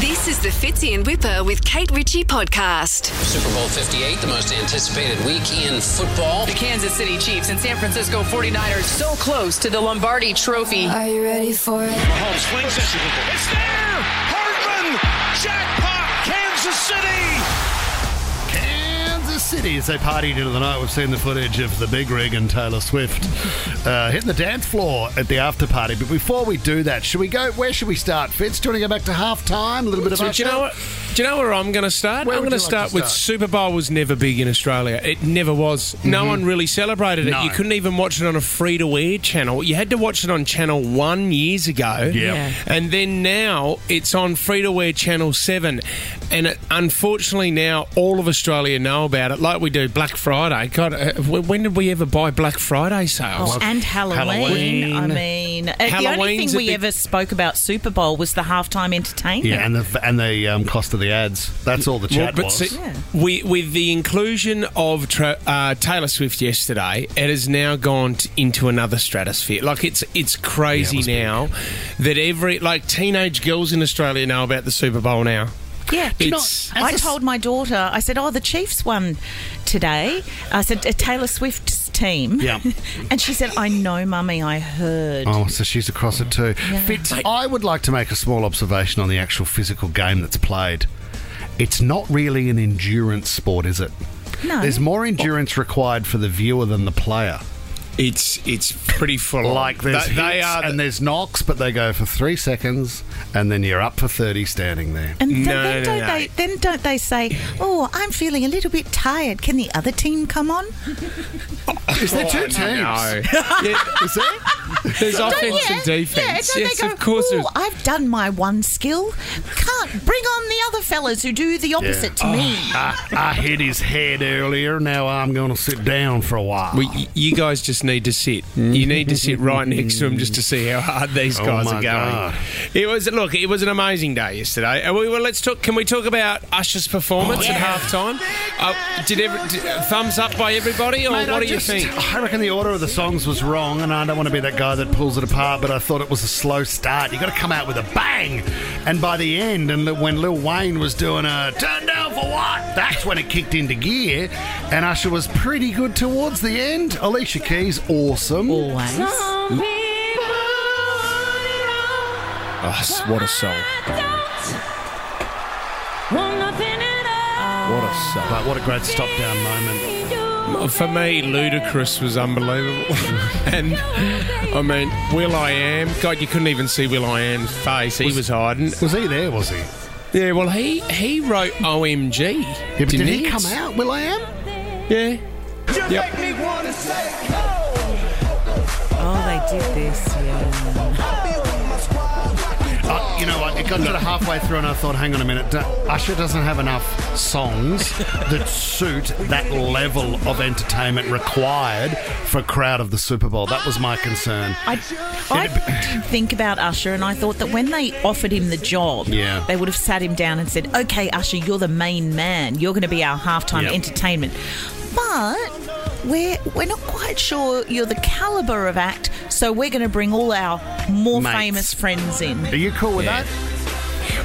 This is the Fitzy and Whipper with Kate Ritchie podcast. Super Bowl 58, the most anticipated week in football. The Kansas City Chiefs and San Francisco 49ers so close to the Lombardi Trophy. Are you ready for it? Mahomes swings it. It's there! Hartman! Jackpot! Kansas City! Kansas City as they partied into the night. We've seen the footage of the big rig and Taylor Swift uh, hitting the dance floor at the after party. But before we do that, should we go? Where should we start? Fitz, do you want to go back to half time? A little bit of So do you know what? Do you know where I'm going to start? Where I'm would going you like start to with start? Mm-hmm. Super Bowl was never big in Australia. It never was. No one really celebrated it. No. You couldn't even watch it on a free to air channel. You had to watch it on Channel One years ago. Yeah. And then now it's on free to air Channel Seven, and it, unfortunately now all of Australia know about it, like we do Black Friday. God, uh, w- when did we ever buy Black Friday sales? and Halloween. Halloween. I mean, uh, the only Halloween's thing a we big- ever spoke about Super Bowl was the halftime entertainment. Yeah, and the and the um, cost of the ads. That's all the Well, chat but was. see, we, with the inclusion of tra- uh, Taylor Swift yesterday, it has now gone t- into another stratosphere. Like it's it's crazy was big. now that every like teenage girls in Australia know about the Super Bowl now. Yeah. Do you know, It's- I told my daughter, I said, oh, the Chiefs won today. I said, "Uh, Taylor Swift's team. Yeah. and she said, I know, Mummy, I heard. Oh, so she's across it too. Fitz, I would like to make a small observation on the actual physical game that's played. It's not really an endurance sport, is it? No. There's more endurance required for the viewer than the player. It's it's pretty full. on. Like there's they, hits they are and there's knocks, but they go for three seconds, and then you're up for thirty standing there. And th- No, then, no, don't no. They, then don't they say, oh, I'm feeling a little bit tired. Can the other team come on? Is there two Oh, teams? no. Yeah, Is there? there's Don't- offense yeah, and defense. Yeah, don't yes, they go, of course. "Ooh, there's- I've done my one skill. Can't bring on the other fellas who do the opposite to me. I, I hit his head earlier. Now I'm going to sit down for a while. Well, y- you guys just need to sit. You need to sit right next to them just to see how hard these Oh guys my are going. God. It was look. It was an amazing day yesterday. And we, well, let's talk. Can we talk about Usher's performance at halftime? Uh, did, every, did thumbs up by everybody, or Mate, what I do you just- think? I reckon the order of the songs was wrong, and I don't want to be that guy that pulls it apart, but I thought it was a slow start. You got to come out with a bang, and by the end, and li- when Lil Wayne was doing a turn down for what, that's when it kicked into gear, and Usher was pretty good towards the end. Alicia Keys, awesome. Always. Oh, what a song! What a song! But what a great stop down moment. For me, Ludacris was unbelievable. and I mean, Will I Am. God, you couldn't even see Will I Am's face. He was hiding. Was he there? Was he? Yeah, well, he he wrote OMG. Yeah, but did didn't he come out? Will I am? Yeah. Oh, they did this. Yeah. Uh, you know what? It got sort of halfway through, and I thought, hang on a minute. do Usher doesn't have enough songs that suit that level of entertainment required for a crowd of the Super Bowl. That was my concern. I, I did think about Usher, and I thought that when they offered him the job, Yeah. they would have sat him down and said, "Okay, Usher, you're the main man. You're going to be our halftime Yep. entertainment." But we're we're not quite sure you're the caliber of act, so we're going to bring all our more Mates. famous friends in. Are you cool with that?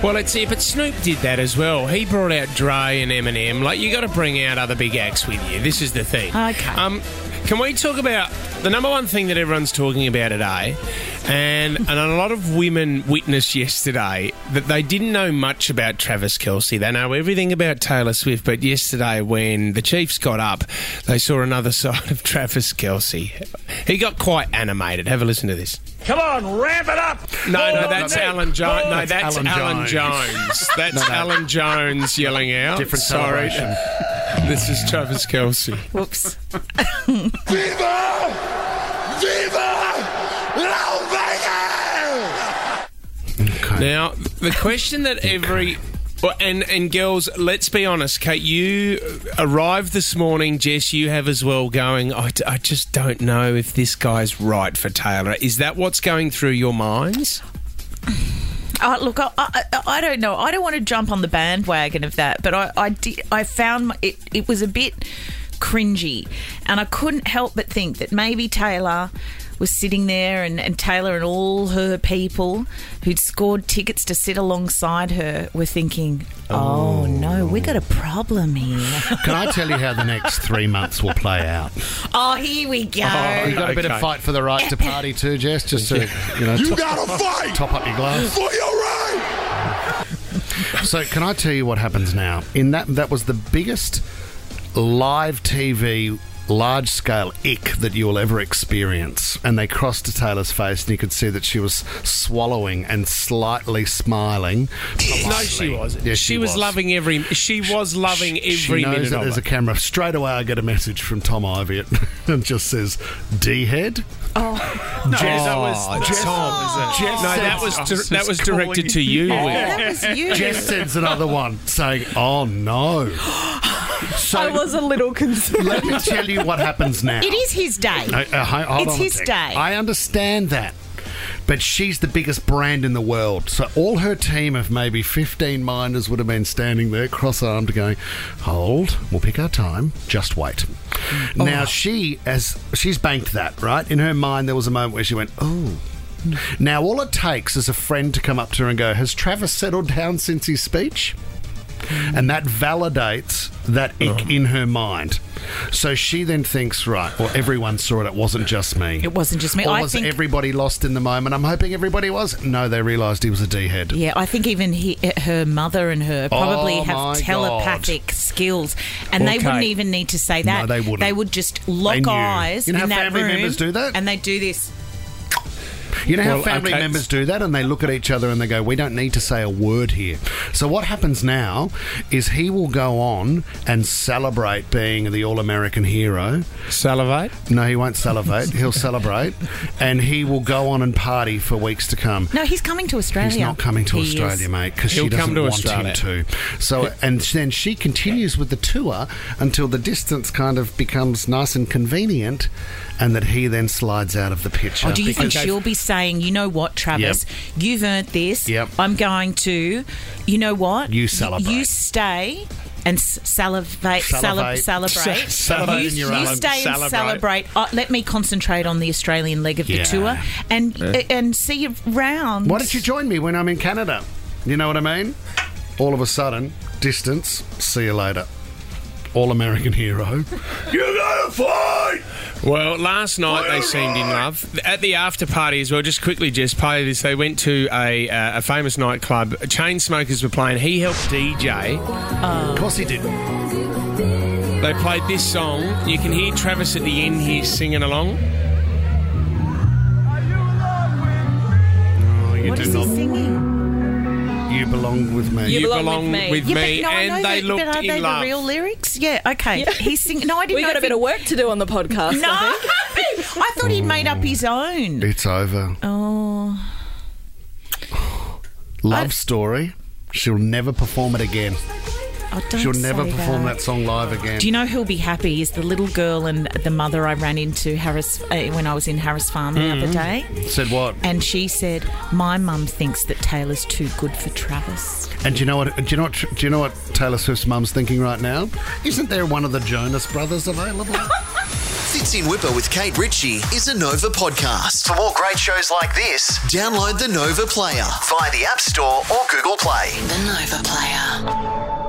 Well, it's it, but Snoop did that as well. He brought out Dre and Eminem. Like you got to bring out other big acts with you. This is the thing. Okay. Um, can we talk about the number one thing that everyone's talking about today, and and a lot of women witnessed yesterday that they didn't know much about Travis Kelsey. They know everything about Taylor Swift, but yesterday when the Chiefs got up, they saw another side of Travis Kelsey. He got quite animated. Have a listen to this. Come on, ramp it up! No, no, that's Alan Jones. No, That's that's Alan Alan, Jones. Jones. That's Alan Jones yelling out. Different Sorry. celebration. This is Travis Kelsey. Whoops. Viva! Viva! Las Vegas! Now, the question that every well, and and girls, let's be honest, Kate. You arrived this morning, Jess. You have as well. Going, I, d- I just don't know if this guy's right for Taylor. Is that what's going through your minds? Uh, look, I, I, I- I don't know. I don't want to jump on the bandwagon of that, but I, I did. I found my, it. It was a bit cringy, and I couldn't help but think that maybe Taylor. was sitting there, and, and Taylor and all her people who'd scored tickets to sit alongside her were thinking, oh, no, we got a problem here. Can I tell you how the next three months will play out? oh, here we go. You got a bit of Okay. fight for the right to party too, Jess. Just to you know, top, gotta fight top up your glass. for your right. So, can I tell you what happens now? In that, that was the biggest live TV large scale ick that you will ever experience. And they crossed to Taylor's face, and you could see that she was swallowing and slightly smiling. No, she wasn't. Yes, she, was, loving every. She was loving every she knows minute that of there's it. a camera. Straight away, I get a message from Tom Ivey and just says, "D head." no, that Oh, was Jess- Tom, is it? Jess no, that said- was I dir- was that just was calling directed you. to you. Oh, Will. that was you. Jess sends another one saying, "Oh no." So I was a little concerned. let me tell you what happens now. It is his day. Uh, uh, hi- hold It's on a his sec. day. I understand that. But she's the biggest brand in the world. So all her team of maybe 15 minders would have been standing there cross armed going, Hold, we'll pick our time, just wait. Mm. Oh. Now she as she's banked that, right? In her mind there was a moment where she went, Oh. Now all it takes is a friend to come up to her and go, Has Travis settled down since his speech? and that validates that Oh. ick in her mind. So she then thinks, right, well, everyone saw it. It wasn't just me. It wasn't just me. Or I was think- everybody lost in the moment? I'm hoping everybody was. No, they realised he was a D head. Yeah, I think even he, eh, her mother and her probably Oh, my have telepathic skills, and they Okay. wouldn't even need to say that. they wouldn't. They would just lock They knew. eyes You know in how that family room, members do that? and they do this. You know how Well, family okay. members do that and they look at each other and they go, We don't need to say a word here. So, what happens now is he will go on and celebrate being the all American hero. Salivate. No, he won't salivate. He'll celebrate. And he will go on and party for weeks to come. No, he's coming to Australia. He's not coming to He is. Australia, mate, because she He'll doesn't come to want Australia. him to. So, and then she continues with the tour until the distance kind of becomes nice and convenient, and that he then slides out of the picture. Or Oh, do you think Okay. she'll be saying, you know what, Travis, you've earned this. Yep. I'm going to, you know what? You Y- celebrate. You stay and s- salivate, salivate, Salivate. celebrate. Salivate you, in your you own- stay and salivate. celebrate. Uh, let me concentrate on the Australian leg of Yeah. the tour and uh, and see you round. Why don't you join me when I'm in Canada? You know what I mean? All of a sudden, distance. See you later. All American hero. You gotta fight. Well, last night they seemed in love. At the after party as well, just quickly, Jess, part of this, they went to a, uh, a famous nightclub. Chain smokers were playing. He helped DJ. of course he didn't. They played this song. You can hear Travis at the end here singing along. Oh, you What do is he not. singing? You belong with me. You You belong with belong me." with Yeah, but, me. no, I know and they that, looked but are in they love. the real lyrics? Yeah, okay. He's singing. No, I didn't We know got a if bit he- of work to do on the podcast. No, I think. I thought he'd made up his own. It's over. Oh. Love I- story. She'll never perform it again. I don't She'll never say perform that. that song live again. Do you know who'll be happy? Is the little girl and the mother I ran into Harris uh, when I was in Harris Farm the other day, Said what? and she said, "My mum thinks that Taylor's too good for Travis." And do you know what? Do you know what? Do you know what Taylor Swift's mum's thinking right now? Isn't there one of the Jonas Brothers available? Fits in Whipper with Kate Ritchie is a Nova podcast. For more great shows like this, download the Nova Player via the App Store or Google Play. The Nova Player.